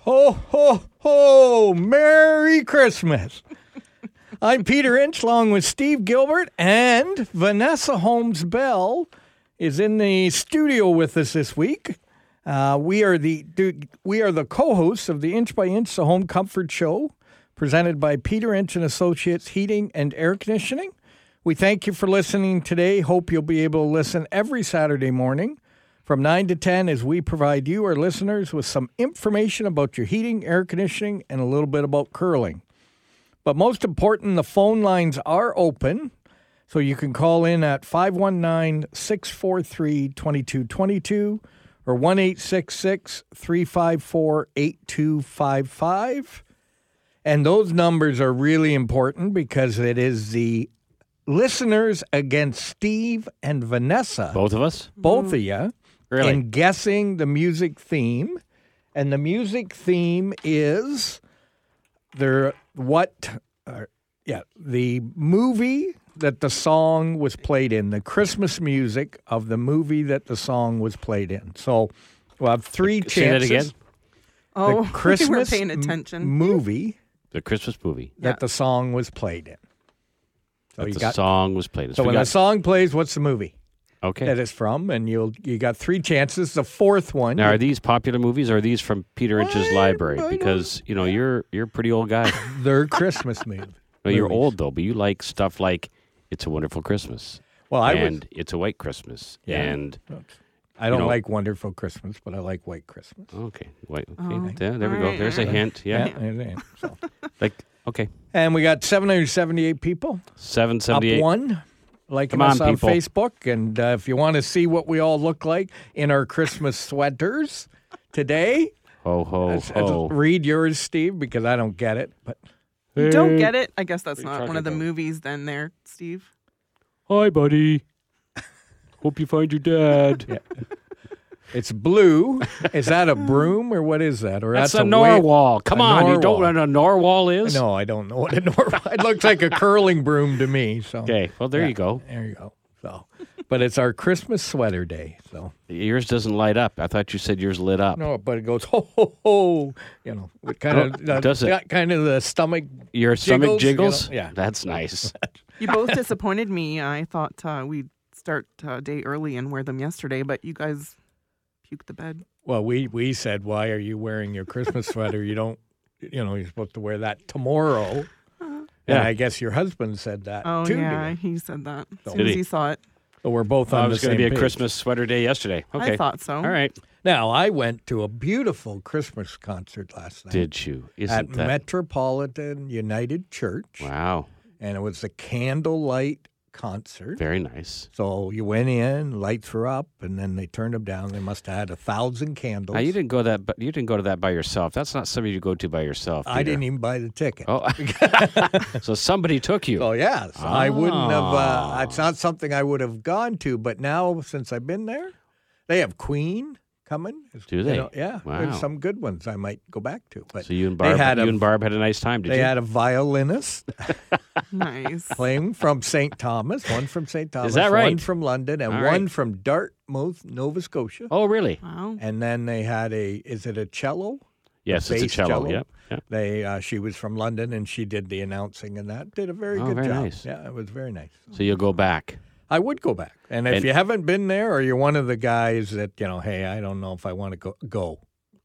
Ho, ho, ho! Merry Christmas! I'm Peter Inch, along with Steve Gilbert and Vanessa Holmes Bell is in the studio with us this week. Uh, we are the dude, we are the co-hosts of the Inch by Inch, the Home Comfort Show, presented by Peter Inch and Associates Heating and Air Conditioning. We thank you for listening today. Hope you'll be able to listen every Saturday morning from 9 to 10 as we provide you, our listeners, with some information about your heating, air conditioning, and a little bit about curling. But most important, the phone lines are open. So you can call in at 519 643 2222 or 1 354 8255. And those numbers are really important because it is the listeners against Steve and Vanessa Both of us? both of you Mm-hmm. Really? in guessing the music theme. And the music theme is the what? Uh, yeah, the movie that the song was played in, the Christmas music of the movie that the song was played in. So we'll have three Say that chances. again. The Oh, Christmas we were paying m- attention. movie The Christmas movie. that the song was played in. So that Oh, you the got. song was played. So we when the got, song plays, what's the movie okay. that uh, it's from? And you'll you got three chances. The fourth one, now, are these popular movies? Or are these from Peter Inch's library? Because you know you're you're a pretty old guy. their Christmas movie. no, you're movies. old though, but you like stuff like "It's a Wonderful Christmas" Well, I and was. "It's a White Christmas." Yeah. And I don't know- like Wonderful Christmas, but I like White Christmas. okay, white. Oh, Okay, there, there we go. Alright, There's a alright. hint. Yeah. and, and, so. Like okay, and we got 778 people seven up seventy eight. one. Liking Come on, us on people. Facebook, and uh, if you want to see what we all look like in our Christmas sweaters today, Ho ho s- s- ho. read yours, Steve, because I don't get it. But You don't get it? I guess that's What are you not one of the talking about? movies. Then there, Steve. Hi, buddy. Hope you find your dad. it's blue. is that a broom or what is that? Or That's, that's, a, wa- narwhal. Come a on, you don't narwhal. know what a narwhal is? No, I don't know what a normal. it looks like a curling broom to me. So Okay, well there Yeah, you go. There you go. So, but it's our Christmas sweater day. So Yours doesn't light up. I thought you said yours lit up. no, but it goes ho ho ho. You know, it kind of Oh, does it? Kind of the stomach. Your stomach Jiggles, jiggles. you know, yeah. that's nice. You both disappointed me. I thought uh, we'd start uh, day early and wear them yesterday, but you guys puked the bed. Well, we we said, why are you wearing your Christmas sweater? You don't. You know, you're supposed to wear that tomorrow. And Yeah. I guess your husband said that Oh too. to yeah, you. he said that as soon Did as he? he saw it. So we're both Thought on it was the going to same be a page. Christmas sweater day yesterday. Okay, I thought so. all right. Now, I went to a beautiful Christmas concert last night Did you? at Isn't that Metropolitan United Church, wow? and it was a candlelight concert. Very nice. So you went in, lights were up, and then they turned them down. They must have had a thousand candles. Now, you didn't go that, but you didn't go to that by yourself. That's not somebody you go to by yourself. I Peter. didn't even buy the ticket. Oh, so somebody took you. So yes, I wouldn't have. Ah. Uh, it's not something I would have gone to. But now since I've been there, they have Queen coming. It's- Do you they? know, yeah, there's Wow. some good ones I might go back to. But So you and they Barb, had you a- and Barb had a nice time. Did they you? had a violinist Nice. playing from St. Thomas, one from St. Thomas, that one right? from London, and All right. one from Dartmouth, Nova Scotia. oh, really? Wow. And then they had a, is it a cello? Yes, it's a bass cello. cello. Yep. Yeah. They uh, she was from London and she did the announcing and that did a very Oh, good very job. nice. Yeah, it was very nice. So you'll go back. I would go back. And if And- you haven't been there or you're one of the guys that, you know, hey, I don't know if I want to go go.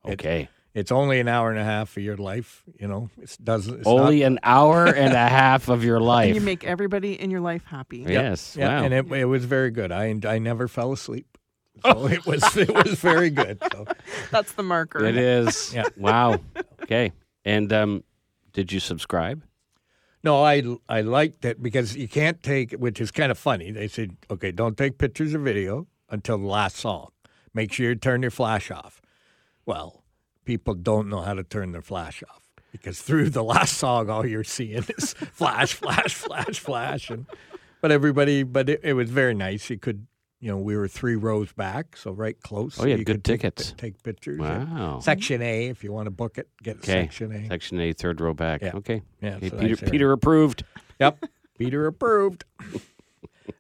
It- Okay. It's only an hour and a half of your life, you know. It doesn't it's Only not, an hour and a half of your life. And you make everybody in your life happy. yes. yeah, wow. and it, it was very good. I I never fell asleep. So it was it was very good. So That's the marker. It is. Yeah. Wow. Okay. And um, did you subscribe? No, I I liked it because you can't take, which is kind of funny. They said, okay, don't take pictures or video until the last song. Make sure you turn your flash off. Well, people don't know how to turn their flash off because through the last song, all you're seeing is flash, flash, flash, flash, and but everybody, but it, it was very nice. You could, you know, we were three rows back, so right close. Oh, you had you good could take- tickets. Take, pictures. yeah. Wow. Section A, if you want to book it, get Okay. section A. Section A, third row back. Yeah. Okay. Yeah, Okay, it's a Peter, nice area. Peter approved. Yep. Peter approved.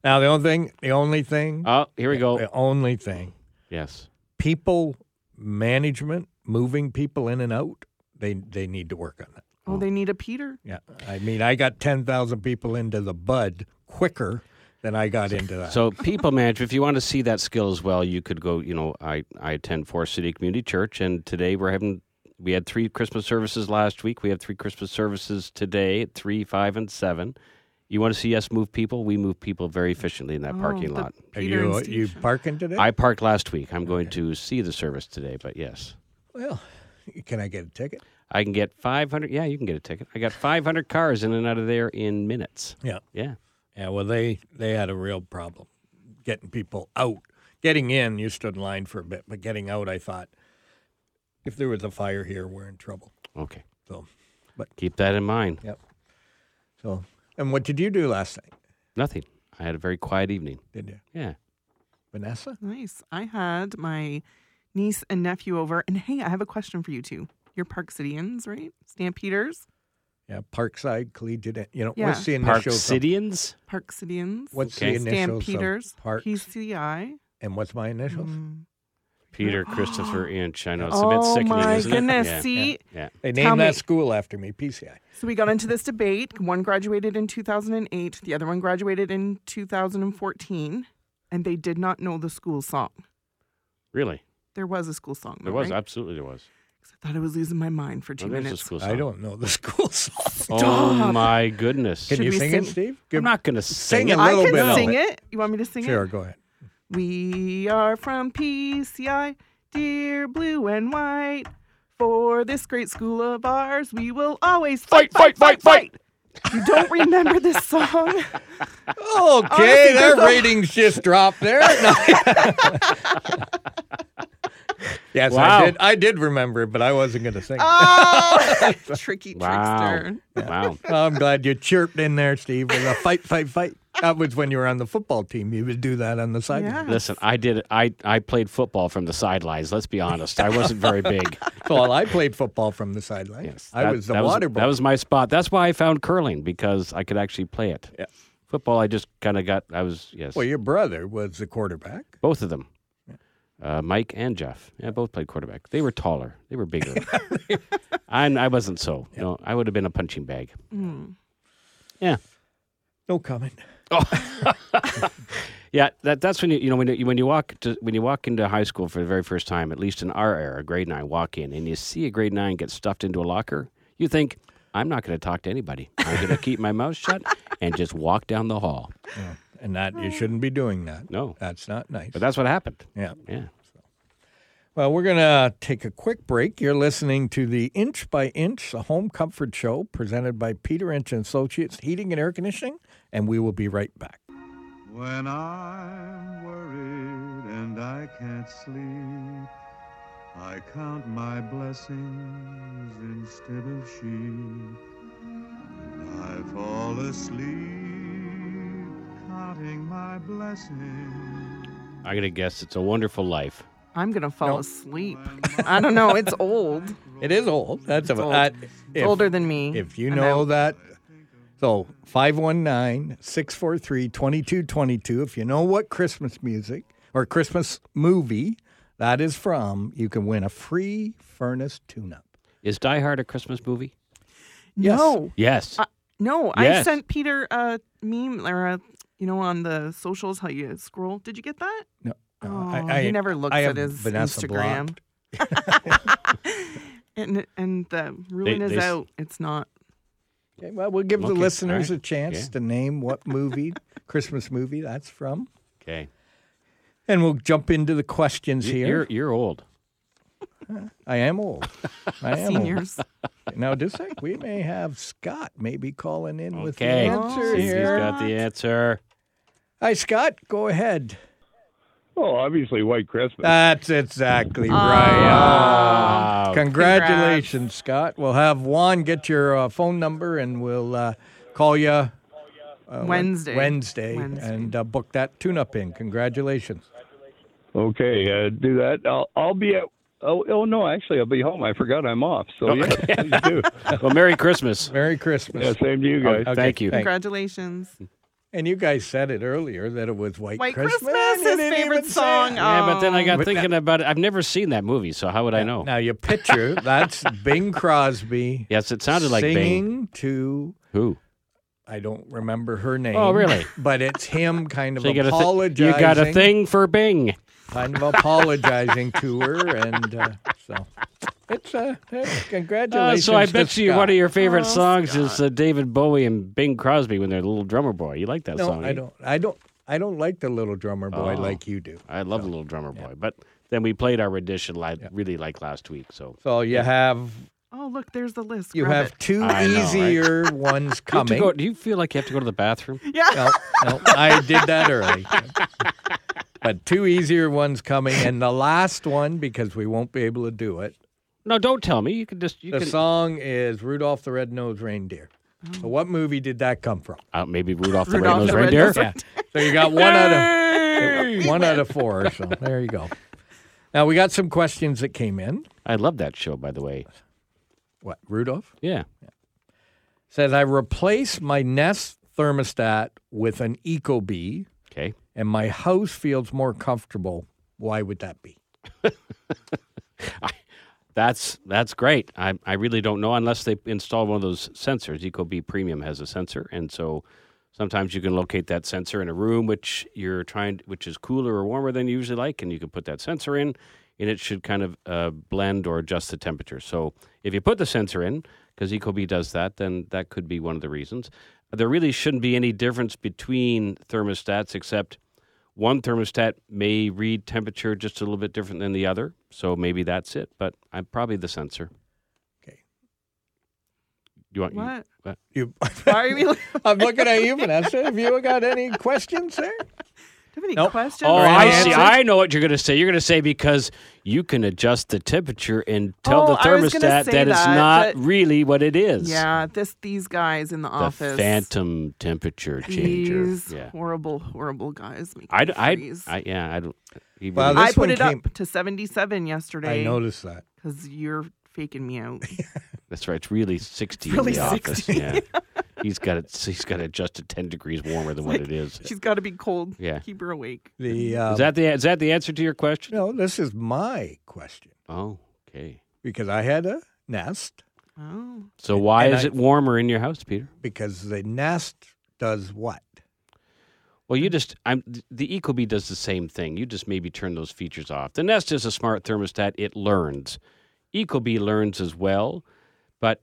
now the only thing, the only thing, Oh, here we go. the only thing, Yes. people management moving people in and out They they need to work on it. Oh, they need a Peter. Yeah, I mean, I got ten thousand people into the bud quicker than I got into that. So people management, if you want to see that skill as well, you could go, you know, I, I attend Forest City Community Church and today we're having we had three Christmas services last week. We have three Christmas services today at three, five, and seven. You want to see us move people? We move people very efficiently in that Oh, parking the lot. Are Peter and you Steve you show. parking today? I parked last week. I'm going to see the service today, but yes. well, can I get a ticket? I can get 500. Yeah, you can get a ticket. I got 500 cars in and out of there in minutes. Yeah. Yeah. Yeah, well, they they had a real problem getting people out. Getting in, you stood in line for a bit, but getting out, I thought, if there was a fire here, we're in trouble. Okay. So, Keep that in mind. yep. So, and what did you do last night? Nothing. I had a very quiet evening. Did you, Yeah. Vanessa? Nice. I had my niece and nephew over, and hey, I have a question for you two. You're Park Cityans, right? Stampeders, Yeah, Parkside Collegiate. You know, Yeah. what's the Park initials? of- Cityans? Park Cityans, what's Okay. the initials? Stampeders, Of Park PCI. and what's my initials? Mm. Peter Christopher Inch. I know it's a bit Oh sickening, my isn't goodness! it? Yeah. See, Yeah. They Tell named that me. school after me, PCI. so we got into this debate. One graduated in 2008. The other one graduated in 2014, and they did not know the school song. Really? There was a school song. There though, was. right? Absolutely, there was. 'Cause I thought I was losing my mind for two Oh, there's a minutes. school I song. don't know the school song. Oh, Stop. my goodness. Can Should you we sing, it, sing- Steve? I'm not going to sing Sing it. a I little can bit of sing it. it. You want me to sing it? Sure, go ahead. We are from PCI, dear blue and white. For this great school of ours, we will always fight, fight, fight, fight. You don't remember this song? Okay, their ratings just dropped there. No. yes, Wow. Ah. I did. I did remember, but I wasn't going to sing. it. Oh, tricky Wow. trickster. Wow. I'm glad you chirped in there, Steve, with a fight, fight, fight. That was when you were on the football team. You would do that on the sideline. Yeah. Listen, I did. I I played football from the sidelines. Let's be honest. I wasn't very big. Well, I played football from the sideline. Yes, I that- was the that water boy. That was my spot. That's why I found curling because I could actually play it. Yeah. Football, I just kind of got. I was yes, well, your brother was the quarterback. both of them, uh, Mike and Jeff. Yeah, both played quarterback. They were taller. They were bigger. I I wasn't so. No, I would have been a punching bag. Mm. Yeah. No comment. Yeah, that, that's when you you know when you, when you walk to, when you walk into high school for the very first time, at least in our era, grade nine, walk in and you see a grade nine get stuffed into a locker. You think I'm not going to talk to anybody. I'm going to keep my mouth shut and just walk down the hall. No. And that you shouldn't be doing that. No, That's not nice. but that's what happened. yeah. Yeah. Well, we're going to take a quick break. You're listening to the Inch by Inch, a home comfort show presented by Peter Inch and Associates Heating and Air Conditioning, and we will be right back. When I'm worried and I can't sleep, I count my blessings instead of sheep. And I fall asleep counting my blessings. I'm going to guess it's a wonderful life. I'm going to fall Nope. asleep. I don't know. It's old. It is old. That's It's a, old. uh, It's if, older than me. if you I'm know out. that. So 519-643-2222 if you know what Christmas music or Christmas movie that is from, you can win a free furnace tune-up. Is Die Hard a Christmas movie? No. Yes. Uh, No, I Yes. sent Peter a meme or a, you know, on the socials how you scroll. Did you get that? No. no, Oh, he never looks I have at his Vanessa Instagram. blocked. and and the ruling is they s- out. It's not. Okay, well, we'll give Okay, the listeners all right. a chance Yeah. to name what movie, Christmas movie that's from. okay. And we'll jump into the questions here. You're you're old. I am old. I am Seniors. old. Now, just think, we may have Scott maybe calling in with the Okay. answer See, he's here. got the answer. Hi, Scott. Go ahead. Oh, obviously White Christmas. That's exactly right. Uh, Wow. Congratulations, Scott. We'll have Juan get your uh, phone number and we'll uh, call you uh, Wed- Wednesday. Wednesday, Wednesday. and uh, book that tune up in. Congratulations. okay, uh, do that. I'll, I'll be at. Oh, oh no, actually, I'll be home. I forgot I'm off. So yes, please do. well, Merry Christmas. Merry Christmas. Yeah, same to you guys. Thank you. thanks. Hmm. Congratulations. And you guys said it earlier that it was White, White Christmas. Christmas, You his didn't favorite even say song. it. Yeah, but then I Oh. got But thinking about it. I've never seen that movie, so how would I know? Now you picture that's Bing Crosby. Yes, it sounded like singing Bing. to Who? I don't remember her name. Oh, really? But it's him kind of So you, got a thi- apologizing. you got a thing for Bing. Kind of apologizing to her, and uh, so it's uh, hey, Uh, congratulations. so I to bet you one Scott. of your favorite Oh, songs is uh, David Bowie and Bing Crosby when they're little drummer boy. You like that No, song? eh? I don't. I don't. I don't like the little drummer boy Oh. like you do. I love the little drummer boy, but then we played our rendition live, really like last week. So So you have Oh, look, there's the list. you Grab have it. two I know, right? easier ones You have to coming. go- do you feel like you have to go to the bathroom? Yeah. no, no, I did that early. But two easier ones coming, and the last one because we won't be able to do it. No, don't tell me. You can just you the can song is Rudolph the Red-Nosed Reindeer. So what movie did that come from? uh, maybe Rudolph the Rudolph Red-Nosed the Reindeer. Red-Nosed Yeah. So you got one out of one out of four. So there you go. Now we got some questions that came in. I love that show, by the way. What Rudolph Yeah. says? I replace my Nest thermostat with an Ecobee, Okay. and my house feels more comfortable. Why would that be? That's that's great. I, I really don't know unless they install one of those sensors. Ecobee Premium has a sensor, and so sometimes you can locate that sensor in a room which you're trying, which is cooler or warmer than you usually like, and you can put that sensor in, and it should kind of uh, blend or adjust the temperature. So if you put the sensor in, because Ecobee does that, then that could be one of the reasons. There really shouldn't be any difference between thermostats, except one thermostat may read temperature just a little bit different than the other, so maybe that's it. But I'm probably the sensor. Okay. You want You, What? You, Why are we? Do I'm looking at you, Vanessa. Have you got any questions there? you have any Nope. questions? oh, Or any I see. answer? I know what you're going to say. You're going to say because you can adjust the temperature and tell the Oh, I was thermostat gonna that say it's that, not but- really what it is. Yeah, this these guys in the, The office. phantom temperature changer. These Yeah. horrible, horrible guys. Make I, me d- I, freeze. I, yeah, I don't. he Wow, really- this I put one it came- up to 77 yesterday. I noticed that. Because you're faking me out. that's right. It's really 60 Really in the 60. office. Yeah. he's got it. He's got it adjusted 10 degrees warmer than what it is. She's got to be cold. Yeah. Keep her awake. The um, Is that the is that the answer to your question? no? This is my question Oh, okay. because I had a Nest. Oh. So why and is I- it warmer in your house, Peter? because the nest does what? Well, you just I'm the Ecobee does the same thing. You just maybe turn those features off. The Nest is a smart thermostat. It learns. Ecobee learns as well, but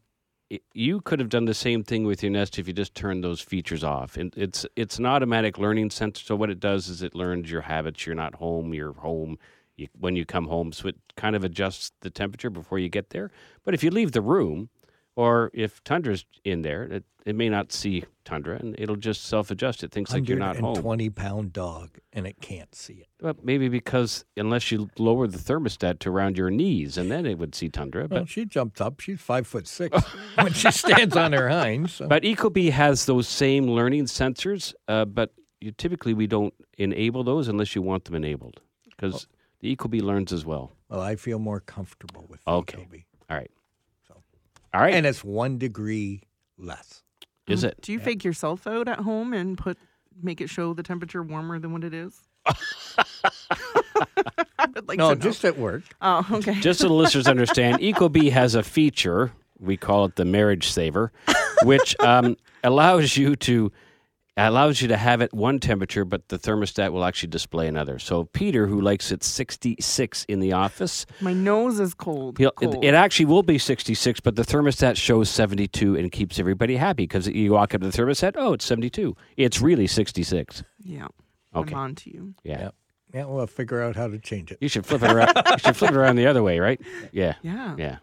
it, you could have done the same thing with your Nest if you just turned those features off. And it's it's an automatic learning sensor. So what it does is it learns your habits. You're not home. You're home. You, when you come home, so it kind of adjusts the temperature before you get there. But if you leave the room, or if Tundra's in there, it, it may not see Tundra, and it'll just self adjust. It thinks like you're not home. 120 pound dog, and it can't see it. Well, maybe because unless you lower the thermostat to around your knees, and then it would see tundra. Well, But she jumps up. She's five foot six when she stands on her hinds. So. but Ecobee has those same learning sensors, uh, but you, typically we don't enable those unless you want them enabled because Oh. the Ecobee learns as well. well, I feel more comfortable with the Okay. Ecobee. All right, all right, and uh, it's one degree less. is it? Do you fake yourself out at home and put make it show the temperature warmer than what it is? I would like no, to know. just at work. Oh, okay. Just so the listeners understand, Ecobee has a feature we call it the marriage saver, which um, allows you to allows you to have it one temperature, but the thermostat will actually display another. So Peter, who likes it 66 in the office, My nose is cold. he'll, it, cold. it actually will be 66, but the thermostat shows 72 and keeps everybody happy because you walk up to the thermostat, oh, it's 72. It's really 66. yeah. Okay. I'm on to you. Yeah. Yep. Yeah, we'll figure out how to change it. You should flip it around. you should flip it around the other way, right? Yeah. Yeah. Yeah.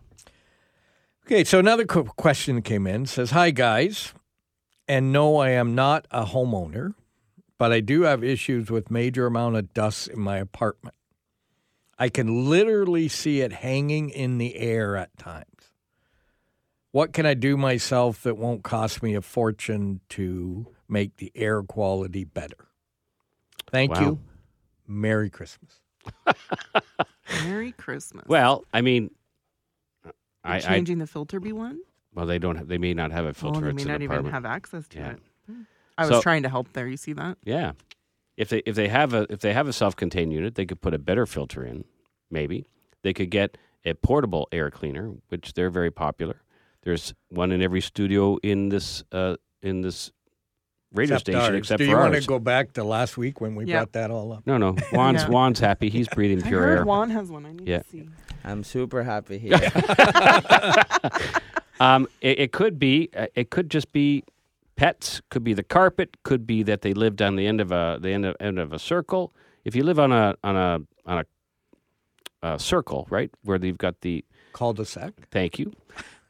Okay, so another qu- question that came in says, "Hi guys, and no, I am not a homeowner, but I do have issues with major amount of dust in my apartment. I can literally see it hanging in the air at times. What can I do myself that won't cost me a fortune to make the air quality better? Thank Wow. you. Merry Christmas. Merry Christmas. Well, I mean, Would I, I changing the filter be one? Well, they don't. Have, they may not have a filter. oh, they it's may an not even apartment. have access to Yeah. it. I was So- trying to help there. You see that? Yeah. If they if they have a if they have a self-contained unit, they could put a better filter in, maybe. They could get a portable air cleaner, which they're very popular. There's one in every studio in this uh, in this radio Except station ours. except Do for you want ours. to go back to last week when we Yeah. brought that all up? no, no. Juan's Yeah. Juan's happy. He's breathing I pure heard air. Juan has one. I need Yeah. to see. I'm super happy here. Um, it, it could be. uh, It could just be pets. Could be the carpet. Could be that they lived on the end of a the end of, end of a circle. If you live on a on a on a uh, circle, right, where they've got the Cul-de-sac. thank you,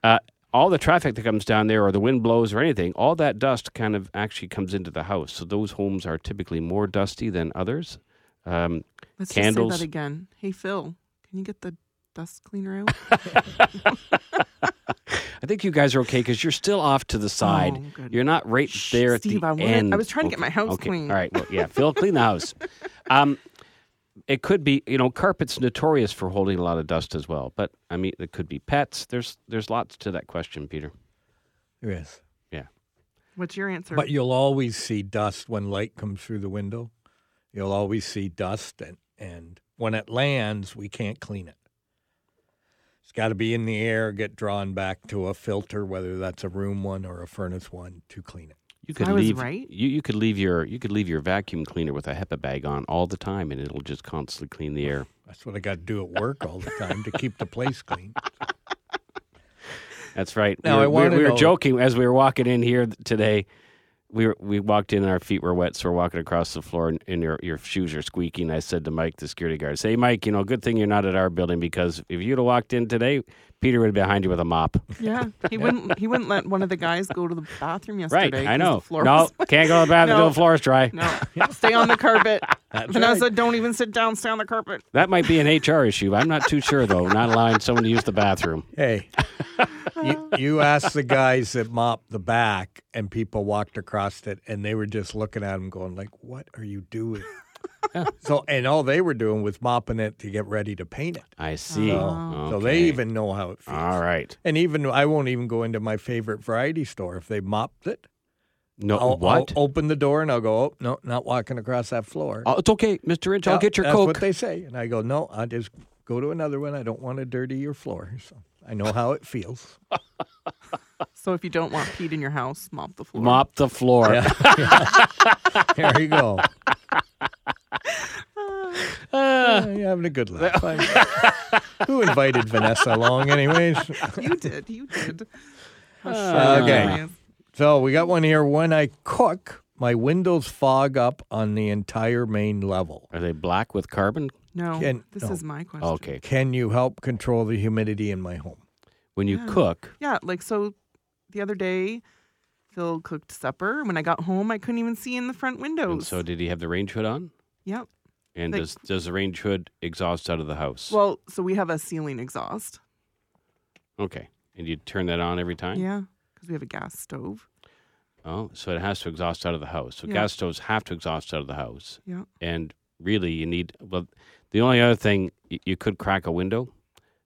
uh, all the traffic that comes down there, or the wind blows, or anything, all that dust kind of actually comes into the house. So those homes are typically more dusty than others. Um, Let's Candles. just say that again. Hey Phil, can you get the dust cleaner out? I think you guys are okay because you're still off to the side. Oh, good. You're not right Shh, there at Steve, the I wanted- I end. was trying to get my house okay. clean. All right. Well, yeah, Phil, clean the house. Um, it could be, you know, carpet's notorious for holding a lot of dust as well. But I mean, it could be pets. There's there's lots to that question, Peter. Yes. What's your answer? But you'll always see dust when light comes through the window. You'll always see dust, and, and when it lands, we can't clean it. It's got to be in the air, get drawn back to a filter, whether that's a room one or a furnace one, to clean it. You So could I was leave right? you, you could leave your you could leave your vacuum cleaner with a HEPA bag on all the time, and it'll just constantly clean the air. That's what I got to do at work all the time to keep the place clean. That's right. Now, we were, I we- wanna we were know- joking as we were walking in here th- today. We were, we walked in and our feet were wet, so we're walking across the floor and, and your your shoes are squeaking. I said to Mike, the security guard, "Say, Mike, you know, good thing you're not at our building because if you'd have walked in today, Peter would have been behind you with a mop." yeah, he wouldn't. He wouldn't let one of the guys go to the bathroom yesterday. right? 'cause I know. The floor no, was- can't go to the bathroom No. till the floor's dry. no. Stay on the carpet. Vanessa, right. don't even sit down. Stay on the carpet. That might be an HR issue. I'm not too sure though. Not allowing someone to use the bathroom. Hey, you, you asked the guys that mopped the back, and people walked across it, and they were just looking at them, going like, "What are you doing?" So, and all they were doing was mopping it to get ready to paint it. I see. Oh, Oh. So they Okay. even know how it feels. All right. And even I won't even go into my favorite variety store if they mopped it. No. I'll, Uh, what? I'll open the door and I'll go, oh no, not walking across that floor. Oh, it's okay, Mr. Inch. I'll Yeah, get your That's coke. what they say. And I go, no, I just go to another one. I don't want to dirty your floor. So I know how it feels. So if you don't want Pete in your house, mop the floor. Mop the floor. There you go. Uh, you're having a good laugh. I- Who invited Vanessa along, anyways? You did. You did. How Uh, okay. silly. So we got one here. When I cook, my windows fog up on the entire main level. Are they black with carbon? No. Can- this no. is my question. Okay. Can you help control the humidity in my home? When you Yeah. cook, Yeah, like so the other day, Phil cooked supper. When I got home, I couldn't even see in the front and windows. so did he have the range hood on? yep. And Like- does does the range hood exhaust out of the house? Well, so we have a ceiling exhaust. okay. And you turn that on every time? Yeah, because we have a gas stove. Oh, so it has to exhaust out of the house. So Yeah. gas stoves have to exhaust out of the house. Yeah. And really, you need. Well, the only other thing you, you could crack a window,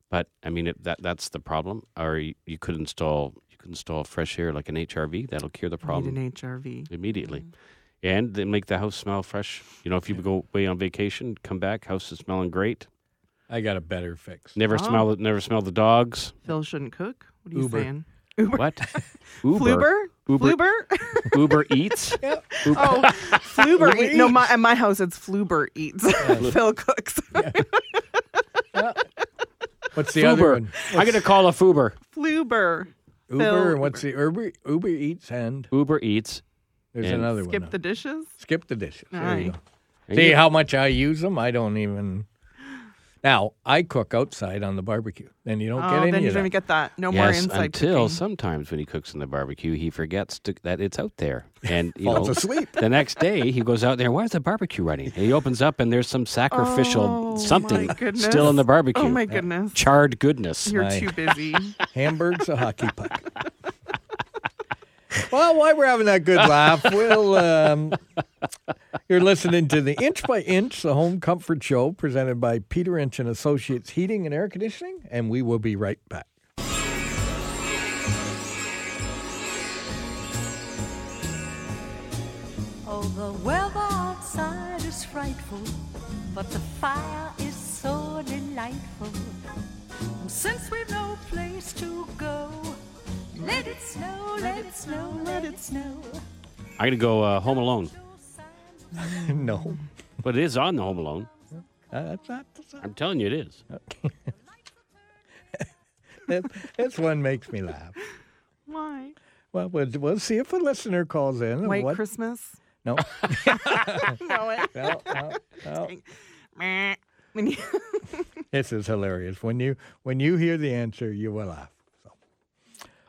but I mean it, that that's the problem. Or you, you could install you could install fresh air like an HRV. That'll cure the problem. Need an HRV. immediately. Mm-hmm. And they make the house smell fresh. You know, if you go away on vacation, come back, house is smelling great. I got a better fix. Never Oh. smell it. Never smell the dogs. Phil shouldn't cook. What are you Uber. saying? What? Uber. Uber. Fluber? Fluber? Uber Eats. oh, Fluber. eat- No, my, at my house, it's Fluber eats. Phil cooks. What's the other Uber. one? I'm gonna call a Uber. Fluber. Uber Phil- and what's the Uber Uber Eats and Uber Eats. there's And another one. Skip the dishes. skip the dishes. There you Aye. go. And See you- how much I use them? I don't even. Now I cook outside on the barbecue, and you don't oh, get any then you of don't even that. get that. No more Yes, inside until cooking. sometimes when he cooks in the barbecue, he forgets to, that it's out there, and you Falls know, asleep. the next day he goes out there. Why is the barbecue running? And he opens up, and there's some sacrificial Oh, something my goodness. still in the barbecue. Oh, my goodness. Charred goodness. You're Aye. too busy. Hamburg's a hockey puck. well, while we're having that good laugh, we'll. Um, you're listening to the Inch by Inch, the home comfort show presented by Peter Inch and Associates Heating and Air Conditioning, and we will be right back. Though the weather outside is frightful, but the fire is so delightful. And since we've no place to go, let it snow, let it snow, let it snow. I'm going to go uh, Home Alone. no. But it is on the Home Alone. Uh, that's not. That's, not- I'm telling you, it is. that- this one makes me laugh. Why? Well, we'll, we'll see if a listener calls in. and White what- Christmas. No. No it. no, no, no. Meh. When you- This is hilarious. When you when you hear the answer, you will laugh. Ha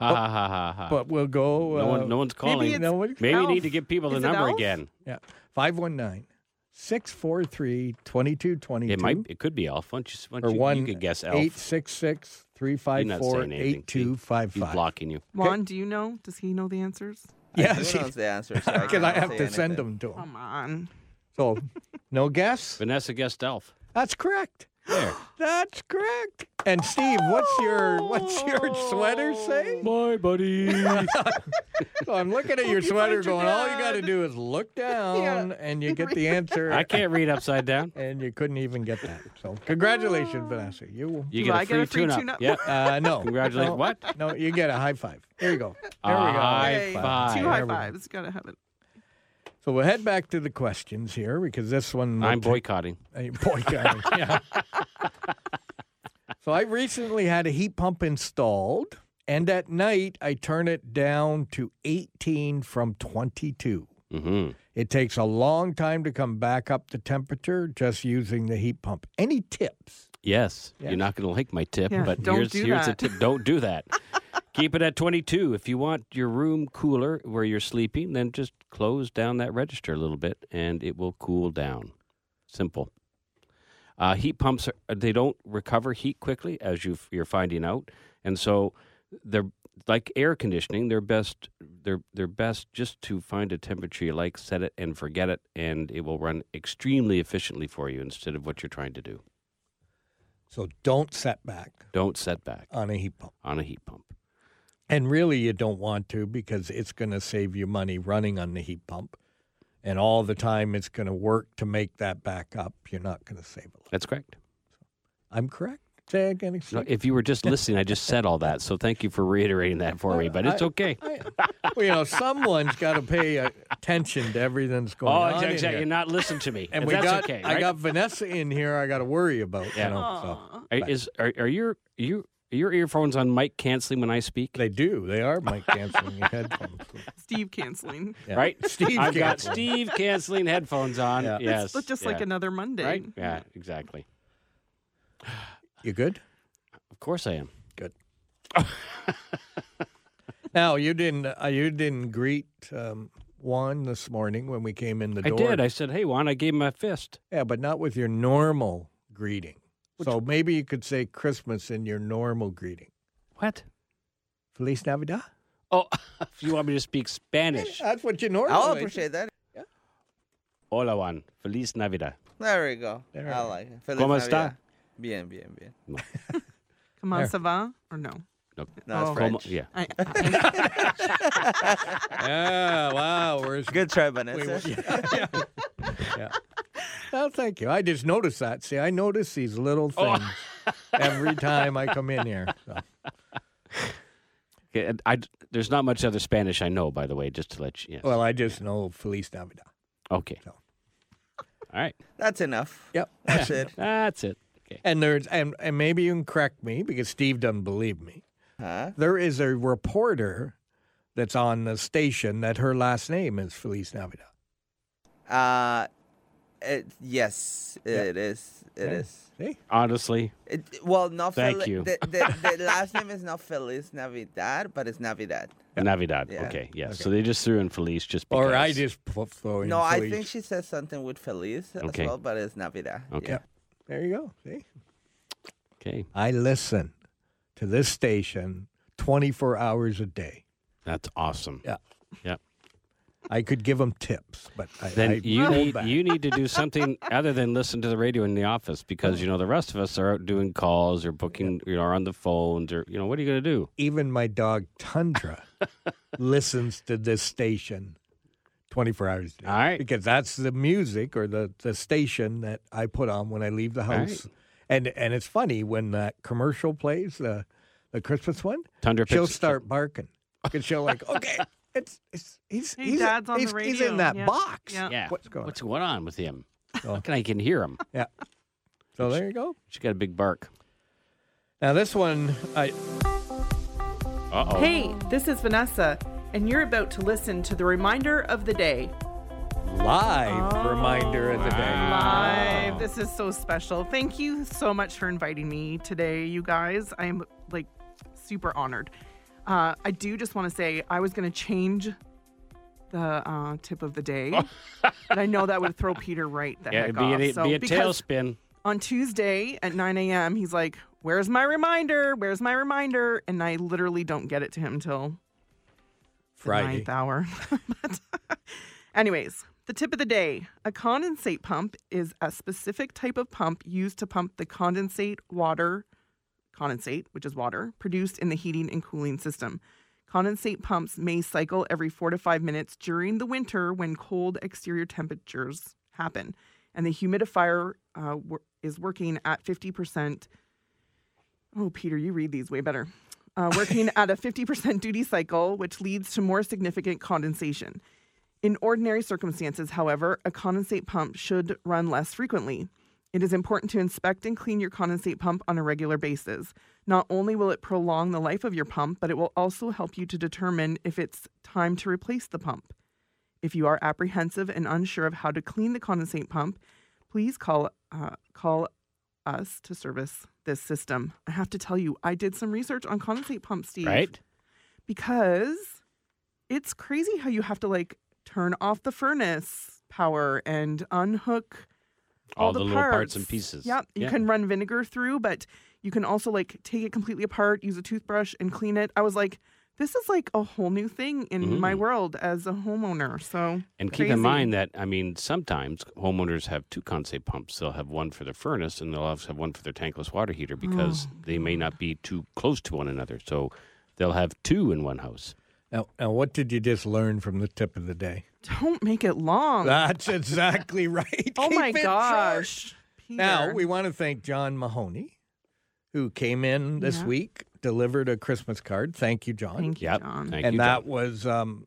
ha ha ha ha. But we'll go. no, uh, one, no one's calling. it's no one- Maybe you need Elf. to give people the Is it number Elf? again. Yeah. 519 643 2222. It might. It could be Elf. Why don't you, why don't Or you, 1 you could guess Elf. 866 354 saying anything. He's 8255. blocking you. Juan, do you know? Does he know the answers? Yes. Who knows the answer? so Because can't I have say to send them anything. to him. Come on. So, no guess? Vanessa guessed Elf. That's correct. There. That's correct. And Steve, what's your what's your sweater say? Bye, buddy. So I'm looking at your Hope you sweater find your going, all you dad." got to do is look down and you get the answer. I can't read upside down. And you couldn't even get that. So, congratulations, Vanessa. You You Do get, I a free tune-up. tune-up? Yeah. uh no. Congratulations. No. What? No, you get a high five. There you go. There we go. A high Hey, five. Two There high we go. fives. Gotta have it. So we'll head back to the questions here because this one will I'm take- boycotting. uh, boycotting. yeah. So I recently had a heat pump installed, and at night I turn it down to 18 from 22. Mm-hmm. It takes a long time to come back up the temperature just using the heat pump. Any tips? Yes. Yes. You're not going to like my tip, Yeah, but don't here's do here's that. a tip. Don't do that. Keep it at 22. If you want your room cooler where you're sleeping, then just close down that register a little bit and it will cool down. Simple. Uh, heat pumps are, they don't recover heat quickly as you you're finding out. And so they're like air conditioning, they're best they're they're best just to find a temperature you like, set it and forget it and it will run extremely efficiently for you instead of what you're trying to do. So don't set back Don't set back on a heat pump. on a heat pump. And really, you don't want to because it's going to save you money running on the heat pump. And all the time it's going to work to make that back up. You're not going to save a lot. That's correct. I'm correct. Say again. No, if you were just listening, I just said all that. So thank you for reiterating that for me, but it's I- okay. I- well, you know, someone's got to pay uh, attention to everything that's going Oh, on. in exactly. here. You're not listening to me. And we that's got, okay. I right? got Vanessa in here. I got to worry about. Yeah. You know, so Are- Is are, are your you are your earphones on mic canceling when I speak? they do. They are mic canceling your headphones. Steve canceling. Yeah. Right, Steve I've got canceling. Steve canceling headphones on. Yeah. Yes, But just like yeah. another Monday. right. Yeah, exactly. You good? Of course I am. Good. now you didn't. Uh, you didn't greet um, Juan this morning when we came in the I door. did. I said, "Hey Juan," I gave him a fist. Yeah, but not with your normal greeting. so maybe you could say Christmas in your normal greeting. What? Feliz Navidad. Oh, if you want me to speak Spanish, That's what you normally. I'll appreciate that. hola Juan, feliz Navidad. There we go. There I we like it. Feliz ¿Cómo Navidad. está? Bien, bien, bien. Come on, There. ça va? Or no? No, No, it's Oh. como- French. yeah. I, I, Yeah. Wow. Ah, We're as Good try, We- Vanessa. yeah, yeah. Yeah. Well, thank you. I just noticed that. See, I notice these little Oh. things every time I come in here. So. Okay, and I, there's not much other Spanish I know, by the way, just to let you. Yes. Well, I just know Feliz Navidad. okay. so. All right. That's enough. Yep. That's it. That's it. Okay. And there's and, and maybe you can correct me because Steve doesn't believe me. Huh? There is a reporter that's on the station that her last name is Feliz Navidad. Uh, it, yes, it is. It Yeah. is. See? Honestly, It, well, not Thank Feli- you. The, the, the last name is not Feliz Navidad, but it's Navidad. Navidad. Yeah. Okay. Yeah. Okay. So they just threw in Felice just because. Or I just put throw in No, Feliz. I think she says something with Feliz Okay. as well, but it's Navidad. Okay. Yeah. there you go. See? Okay. I listen to this station 24 hours a day. That's awesome. Yeah. Yeah. I could give them tips, but I, Then I you hold need back. you need to do something other than listen to the radio in the office because you know the rest of us are out doing calls or booking you know are on the phones or you know what are you going to do? Even my dog Tundra listens to this station 24 hours a day. All right. Because that's the music or the, the station that I put on when I leave the right. house. And and it's funny when that commercial plays, the the Christmas one, Thunder she'll Pixie. start barking. Because she'll like, okay, it's, it's he's Hey, he's, Dad's on the he's, he's radio. in that Yeah. box. Yeah. Yeah. What's going What's going on with him? Oh. How can I can hear him? Yeah. So there you go. She got a big bark. Now this one I Uh oh. Hey, this is Vanessa, and you're about to listen to the reminder of the day. live reminder of the day. Oh. Live. This is so special. Thank you so much for inviting me today, you guys. I'm like super honored. Uh, I do just want to say I was going to change the uh, tip of the day, but I know that would throw Peter right the Yeah, heck it'd be, off. an- it'd so be a because tailspin. on Tuesday at 9 a.m., he's like, "Where's my reminder? Where's my reminder?" And I literally don't get it to him till the Friday. ninth hour. But anyways, the tip of the day a condensate pump is a specific type of pump used to pump the condensate water, condensate, which is water, produced in the heating and cooling system. Condensate pumps may cycle every four to five minutes during the winter when cold exterior temperatures happen. And the humidifier uh, wor- is working at 50%. Oh, Peter, you read these way better. Uh, working at a 50% duty cycle, which leads to more significant condensation. In ordinary circumstances, however, a condensate pump should run less frequently. It is important to inspect and clean your condensate pump on a regular basis. Not only will it prolong the life of your pump, but it will also help you to determine if it's time to replace the pump. If you are apprehensive and unsure of how to clean the condensate pump, please call uh, call us to service this system. I have to tell you, I did some research on condensate pumps, Steve Right? because it's crazy how you have to like turn off the furnace power and unhook all, All the little parts and pieces. Yep. You Yeah. can run vinegar through, but you can also like take it completely apart, use a toothbrush and clean it. I was like, this is like a whole new thing in my world as a homeowner. So Mm. And keep crazy. in mind that, I mean, sometimes homeowners have two condensate pumps. They'll have one for their furnace and they'll also have one for their tankless water Oh. heater because they may not be too close to one another. So they'll have two in one house. Now, now what did you just learn from the tip of the day? don't make it long. That's exactly right. oh Ah, Keep my it short. gosh. Now, Peter. we want to thank John Mahoney, who came in this Yeah. week, delivered a Christmas card. Thank you, John. Thank you, Yep. John. Thank and you. that John. was, um,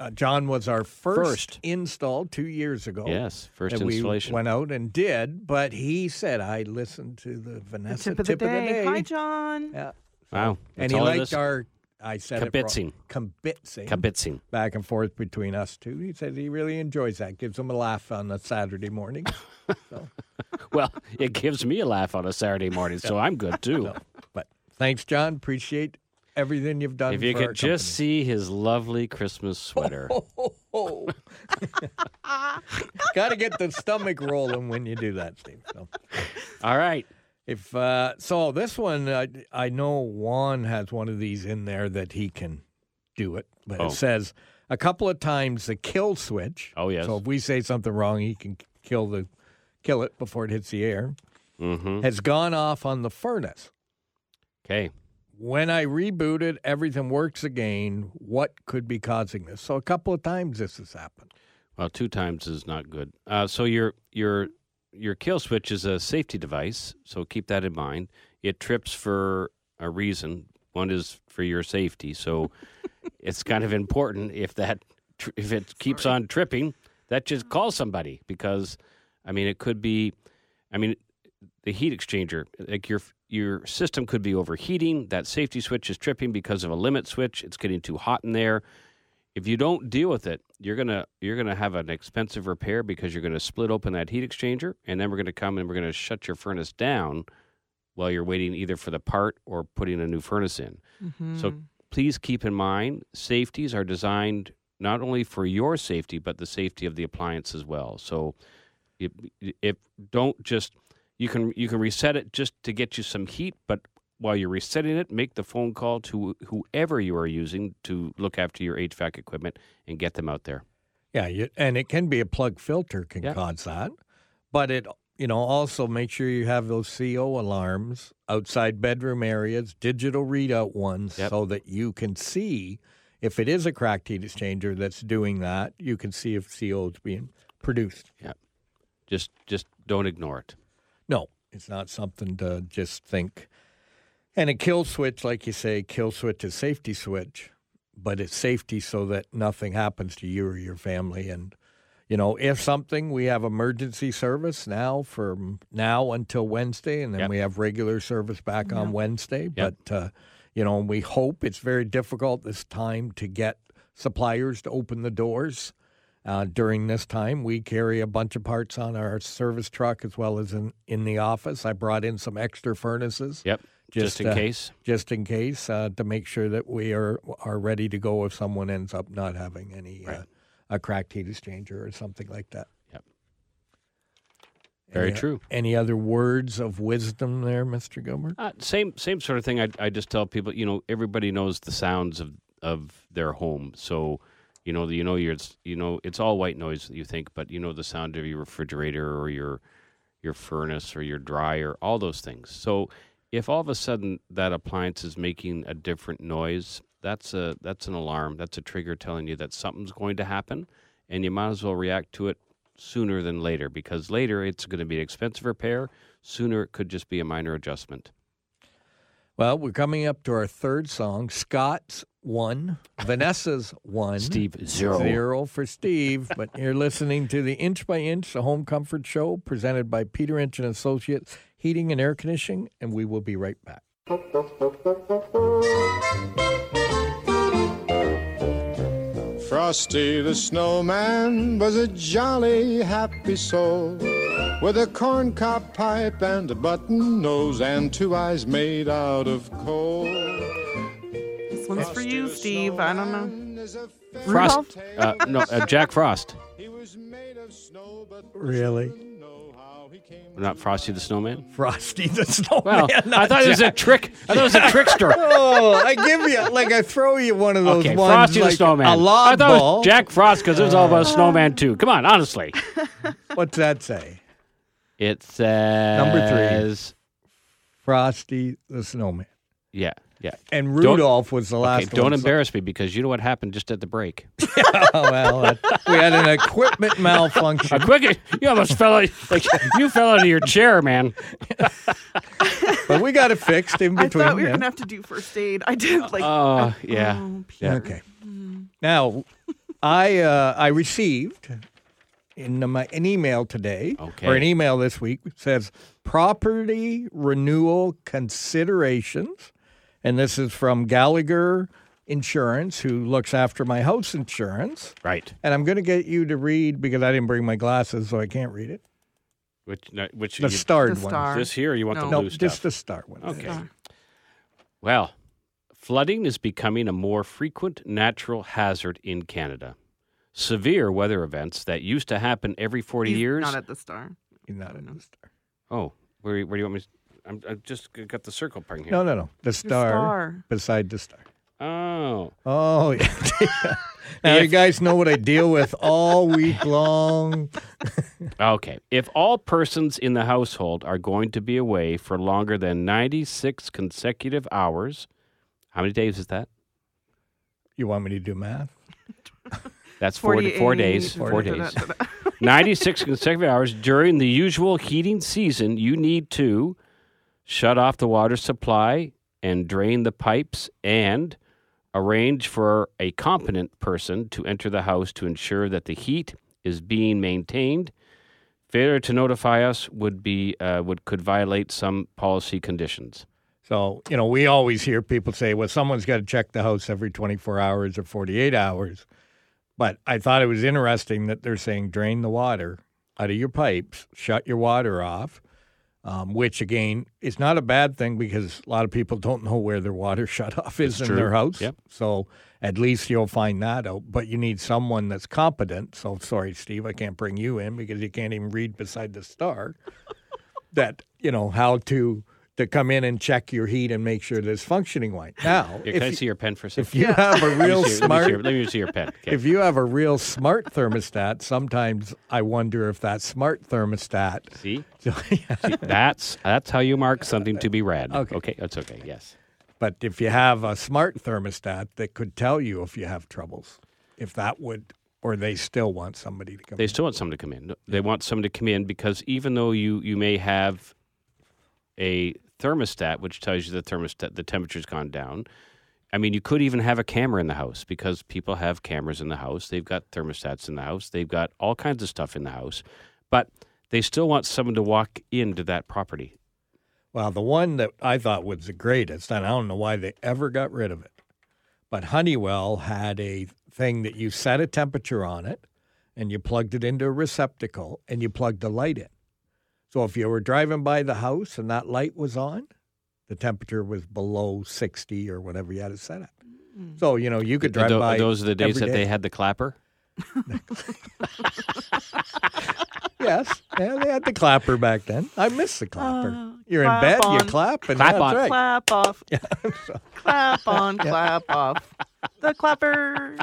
uh, John was our first, First. install two years ago. Yes, first that installation. We went out and did, but he said, I listened to the the Vanessa tip of the day. Hi, John. Yeah. Wow. And That's he all it liked is? our, I said it wrong. Kibitzing. Kibitzing. Kabitzing. back and forth between us two. He says he really enjoys that. Gives him a laugh on a Saturday morning. Well, it gives me a laugh on a Saturday morning, so I'm good too. But thanks, John. Appreciate everything you've done. If you for our could just see his lovely Christmas sweater. got to Oh. get the stomach rolling when you do that, Steve. So All right. if uh, so, this one I, I know Juan has one of these in there that he can do it, but Oh. it says a couple of times the kill switch. Oh, yes. So if we say something wrong, he can kill the kill it before it hits the air. Mm-hmm. Has gone off on the furnace. Okay. when I rebooted, everything works again. What could be causing this? So a couple of times this has happened. Well, two times is not good. Uh, so your your your kill switch is a safety device, so keep that in mind. It trips for a reason. One is for your safety, so it's kind of important if that tr- if it keeps on tripping, that just call somebody because I mean it could be, I mean the heat exchanger like your your system could be overheating. That safety switch is tripping because of a limit switch. It's getting too hot in there if you don't deal with it, you're gonna you're gonna have an expensive repair because you're gonna split open that heat exchanger, and then we're gonna come and we're gonna shut your furnace down while you're waiting either for the part or putting a new furnace in. Mm-hmm. So please keep in mind, safeties are designed not only for your safety but the safety of the appliance as well. So if, if don't just you can you can reset it just to get you some heat, but while you're resetting it, make the phone call to whoever you are using to look after your HVAC equipment and get them out there. Yeah, you, and it can be a plug filter can Yeah. cause that, but it you know also make sure you have those CO alarms outside bedroom areas, digital readout ones, Yep. so that you can see If it is a cracked heat exchanger that's doing that, you can see if CO is being produced. Just just don't ignore it. No, it's not something to just think. And a kill switch, like you say, kill switch is safety switch, but it's safety so that nothing happens to you or your family. And, you know, if something, we have emergency service now from now until Wednesday, and then Yep. we have regular service back on Wednesday. Yep. But, uh, you know, and we hope it's very difficult this time to get suppliers to open the doors uh, during this time. We carry a bunch of parts on our service truck as well as in, in the office. I brought in some extra furnaces. Yep. Just, in uh, case. Just in case uh, to make sure that we are are ready to go if someone ends up not having any uh, a cracked heat exchanger or something like that. Yep. Very Any- true. Any other words of wisdom there, Mr. Gilbert? Uh, same same sort of thing. I, I just tell people, you know, everybody knows the sounds of of their home. So, you know, you know, you're, it's you know, it's all white noise that you think, but you know the sound of your refrigerator or your your furnace or your dryer, all those things. So, if all of a sudden that appliance is making a different noise, that's a that's an alarm. That's a trigger telling you that something's going to happen, and you might as well react to it sooner than later because later it's going to be an expensive repair. Sooner it could just be a minor adjustment. Well, we're coming up to our third song. Scott's one, Vanessa's one. Steve zero. Zero for Steve. But you're listening to the Inch by Inch, the Home Comfort Show, presented by Peter Inch and Associates Heating and Air Conditioning, and we will be right back. Frosty the snowman was a jolly happy soul with a corncob pipe and a button nose and two eyes made out of coal. This one's for you, Steve. I don't know. Frost. Uh, no, uh, Jack Frost. He was made of snow, but Really? Not Frosty the Snowman. Frosty the Snowman. Well, I thought it was a trick. I thought it was a trickster. Oh, I give you like I throw you one of those Okay, ones Frosty like the Snowman. a I lob thought it was ball. Uh. Jack Frost because it was all about Snowman too. Come on, honestly. What's that say? It says Frosty the Snowman. three. Yeah, yeah. And Don't- Rudolph was the last Okay, don't one. so- embarrass me because you know what happened just at the break. Oh, well, that- we had an equipment malfunction. A quick, you almost fell out. Like you fell out of your chair, man. but we got it fixed in I between. thought we were yeah. gonna have to do first aid. I did like. Oh, yeah. oh, Peter. yeah. Okay. Now, I uh, I received in my, an email today or Okay. an email this week it says property renewal considerations, and this is from Gallagher Insurance, who looks after my house insurance. Right. And I'm going to get you to read because I didn't bring my glasses, so I can't read it. Which, no, which The you- starred The one. star. this here? Or you want the No. No, blue stuff? just the star one. Okay. Well, flooding is becoming a more frequent natural hazard in Canada. Severe weather events that used to happen every 40 He's years. Not at the star. You're not in the star. oh, where, where do you want me? To, I'm, I just g- got the circle part here. No, no, no. The star, star. beside the star. Oh, Oh, yeah. now you guys know what I deal with all week long. okay. If all persons in the household are going to be away for longer than 96 consecutive hours, how many days is that? You want me to do math? That's four, four 48. days. Four Forty. days. 96 consecutive hours during the usual heating season, you need to shut off the water supply and drain the pipes and arrange for a competent person to enter the house to ensure that the heat is being maintained. Failure to notify us would be uh, would could violate some policy conditions. So, you know, we always hear people say, well, someone's got to check the house every 24 hours or 48 hours. But I thought it was interesting that they're saying drain the water out of your pipes, shut your water off, um, which again is not a bad thing because a lot of people don't know where their water shut off is in true. their house. Yep. So at least you'll find that out. But you need someone that's competent. So sorry, Steve, I can't bring you in because you can't even read beside the star that you know how to to come in and check your heat and make sure that it's functioning right. Now, Here, can I if, see your pen for a if second? you have a Let me real see your- let me see your- smart Let me see your pen. Okay. if you have a real smart thermostat, sometimes I wonder if that smart thermostat. see, that's that's how you mark something to be read. Okay. okay, that's okay. Yes. But if you have a smart thermostat that could tell you if you have troubles, if that would, or they still want somebody to come. They in. still want someone to come in. They want someone to come in because even though you, you may have a thermostat which tells you the thermostat the temperature's gone down, I mean you could even have a camera in the house because people have cameras in the house. They've got thermostats in the house. They've got all kinds of stuff in the house, but they still want someone to walk into that property. Well, the one that I thought was the greatest, and I don't know why they ever got rid of it, but Honeywell had a thing that you set a temperature on it and you plugged it into a receptacle and you plugged the light in. So if you were driving by the house and that light was on, the temperature was below 60 or whatever you had it set at. Mm. So, you know, you could drive And tho- by. those are the days every that day. they had the clapper. Yes. Yeah, they had the clapper back then. I miss the clapper. Oh, You're in clap bed, you on. clap, and Clap that's on. right. Clap off. clap on, clap off. The clapper.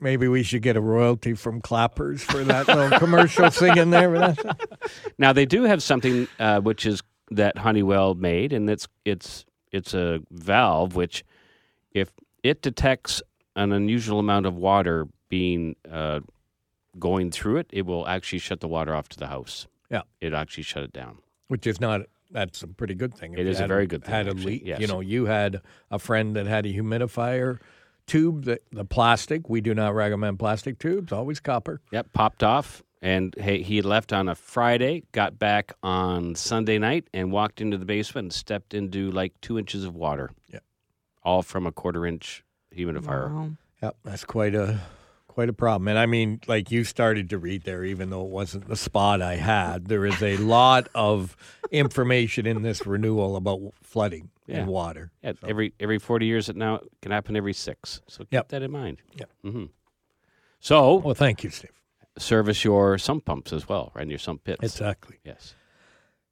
Maybe we should get a royalty from clappers for that little commercial thing in there. Vanessa. Now they do have something uh, which is that Honeywell made, and it's it's it's a valve which, if it detects an unusual amount of water being uh, going through it, it will actually shut the water off to the house. Yeah. it actually shut it down. Which is not, that's a pretty good thing. If It you is a had very good thing, Had a actually, leak. yes. You know, you had a friend that had a humidifier tube, that, the plastic. We do not recommend plastic tubes, always copper. Yep, popped off, and hey, he left on a Friday, got back on Sunday night, and walked into the basement and stepped into like two inches of water. Yeah. all from a quarter inch humidifier. Wow. Yep, that's quite a quite a problem. And I mean, like you started to read there, even though it wasn't the spot I had. There is a lot of information in this renewal about flooding Yeah. and water. Yeah, every every forty years it now can happen every six. So keep Yep. that in mind. Yep. hmm So Well, thank you, Steve. service your sump pumps as well, right? And your sump pits. Exactly. yes.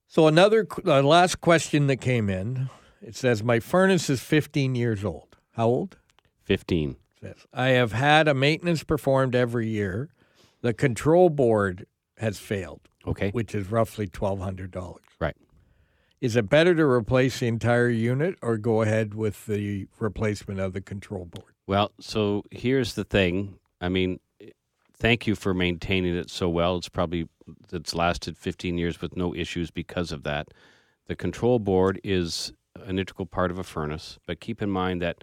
So another qu- uh, last question that came in. It says my furnace is 15 years old. How old? Fifteen. says, I have had a maintenance performed every year. The control board has failed, Okay. which is roughly $1,200. right. Is it better to replace the entire unit or go ahead with the replacement of the control board? Well, so here's the thing. I mean, thank you for maintaining it so well. It's probably it's lasted 15 years with no issues because of that. The control board is an integral part of a furnace, but keep in mind that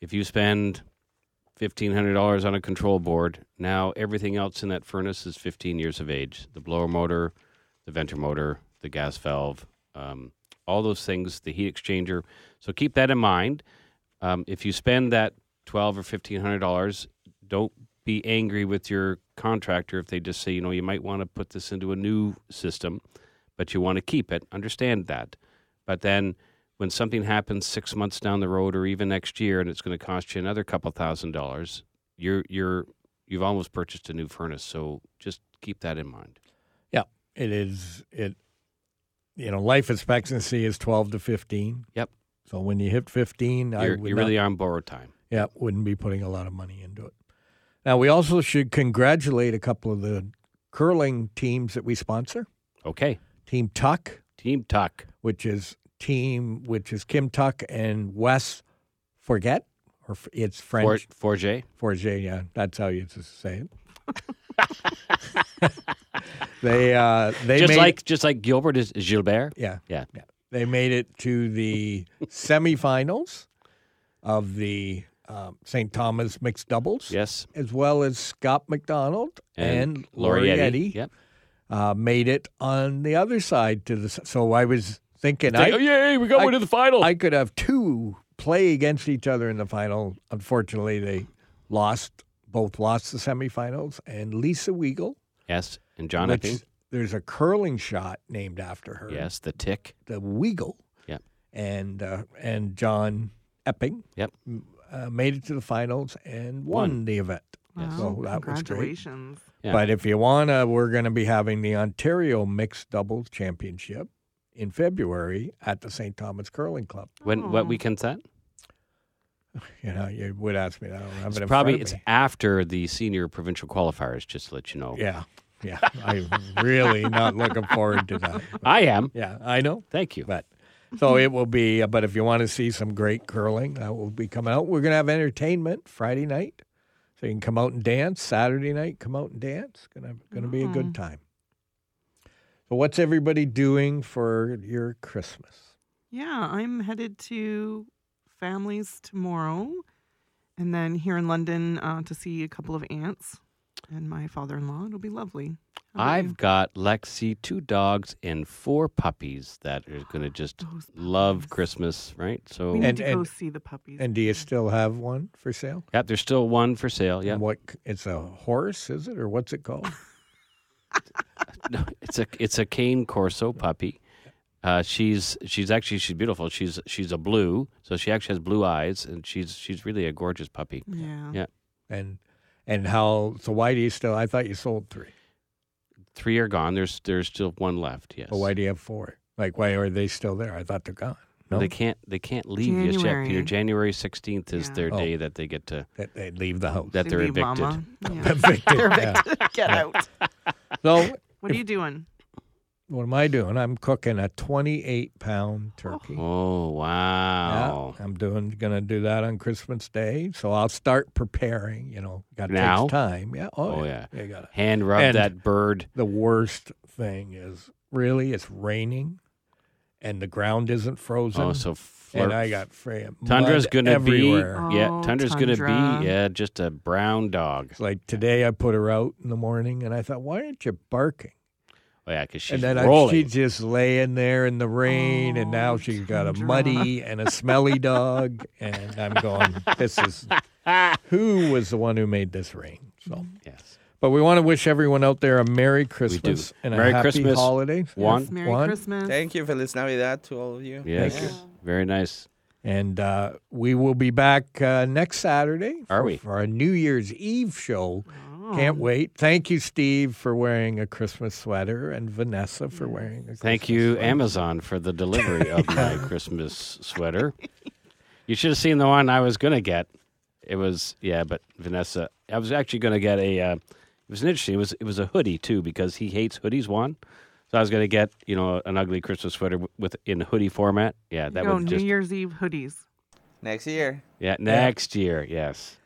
if you spend $1500 on a control board, now everything else in that furnace is 15 years of age. The blower motor, the venter motor, the gas valve, um, all those things, the heat exchanger. So keep that in mind. Um, if you spend that twelve or fifteen hundred dollars, don't be angry with your contractor if they just say, you know, you might want to put this into a new system, but you want to keep it. Understand that. But then when something happens six months down the road or even next year and it's going to cost you another couple thousand dollars, you're you're you've almost purchased a new furnace. So just keep that in mind. Yeah, it is. It, you know, life expectancy is 12 to 15. Yep. So when you hit 15, I You're, would you're not- really on borrowed time. Yeah, wouldn't be putting a lot of money into it. Now, we also should congratulate a couple of the curling teams that we sponsor Okay. Team Tuck, Team Tuck. which is team which is Kim Tuck and Wes Forget, or f- it's For, French Forger. Forget. Yeah, that's how you just say it. they uh, they Just made, like just like Gilbert is is Gilbert. yeah Yeah. they made it to the semifinals of the um, St. Thomas mixed doubles. Yes. as well as Scott McDonald and, Lori Laurie Eddy, Yep. uh, made it on the other side to the. s- So I was thinking oh, I, yay, we got I- into the final. I could have two play against each other in the final. Unfortunately, they lost. Both lost the semifinals, and Lisa Weigel, yes. And John which Epping. there's a curling shot named after her. Yes. The tick. the Weigel. Yep. and uh, and John Epping Yep. uh, made it to the finals and won, Won. the event. Wow, So that was great. Congratulations. Yeah. But if you wanna, we're going to be having the Ontario Mixed Doubles Championship in February at the St. Thomas Curling Club. When Oh. what weekend's that? You know, you would ask me that. I don't have It's it in probably front it's of me. after the senior provincial qualifiers. Just to let you know. yeah, yeah. I'm really not looking forward to that. I am. Yeah, I know. Thank you. But So it will be, uh, but if you want to see some great curling, that will be coming out. We're going to have entertainment Friday night. So you can come out and dance. Saturday night, come out and dance. Gonna gonna be a good time. So what's everybody doing for your Christmas? Yeah, I'm headed to families tomorrow, and then here in London uh, to see a couple of aunts and my father-in-law. It'll be lovely. How about you? I've got Lexi, two dogs, and four puppies that are going to just Those love puppies. Christmas, right? So, We need And- to go and- see the puppies. And do you still have one for sale? yep, there's still one for sale. Yeah, And What it's a horse, is it, or what's it called? No, it's a it's a cane corso puppy. Uh, she's she's actually she's beautiful. She's she's a blue, so she actually has blue eyes, and she's she's really a gorgeous puppy. yeah. Yeah, and and how? So why do you still? I thought you sold three. three are gone. There's there's still one left. Yes. But why do you have four? Like why are they still there? I thought they're gone. No, They can't they can't leave you just yet, Peter. January. January sixteenth is Yeah. their Oh. day that they get to that they leave the house. that They they're leave evicted. Mama. Yeah. Evicted, They're yeah. evicted. Get out. So What are you doing? what am I doing? I'm cooking a 28 pound turkey. Oh wow! Yeah, I'm doing gonna do that on Christmas Day, so I'll start preparing. You know, got Now? takes time. Yeah. Oh, Oh, yeah. yeah. You gotta. Hand rub And- that bird. The worst thing is really it's raining, and the ground isn't frozen. Oh, so flirt. and I got fraying Tundra's mud gonna everywhere. be. be yeah. Oh, Tundra's gonna Tundra. be yeah, just a brown dog. It's like today I put her out in the morning, and I thought, why aren't you barking? Oh, yeah, because she's and then I, rolling. she's just laying there in the rain, and now Oh, she's got a Tundra. muddy and a smelly dog, and I'm going, this is who was the one who made this rain? So, Mm-hmm. yes. but we want to wish everyone out there a Merry Christmas and Merry a Happy Christmas. Holidays. One. Yes, Merry One. Christmas. Thank you. Feliz Navidad to all of you. Yes. Very nice. And uh, we will be back uh, next Saturday. Are for, we? for our New Year's Eve show? Oh. Can't wait! Thank you, Steve, for wearing a Christmas sweater, and Vanessa for wearing. a Christmas Thank you, sweater. Amazon, for the delivery of my Christmas sweater. You should have seen the one I was going to get. It was yeah, but Vanessa, I was actually going to get a. Uh, it was an interesting. It was it was a hoodie too because he hates hoodies. One, so I was going to get you know an ugly Christmas sweater w- with in hoodie format. Yeah, that Go would New just Year's Eve hoodies. Next year. yeah next year. Yes.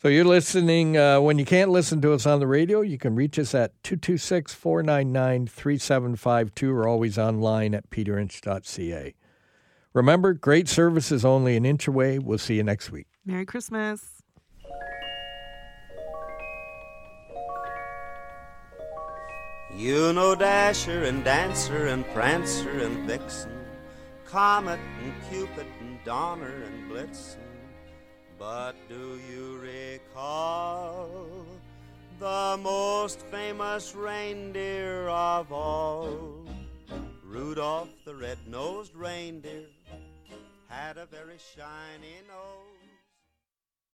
So you're listening. Uh, when you can't listen to us on the radio, you can reach us at 226 499 3752 or always online at peterinch.ca. Remember, great service is only an inch away. We'll see you next week. Merry Christmas. You know Dasher and Dancer and Prancer and Vixen, Comet and Cupid and Donner and Blitzen. But do you recall the most famous reindeer of all? Rudolph the red-nosed reindeer had a very shiny nose.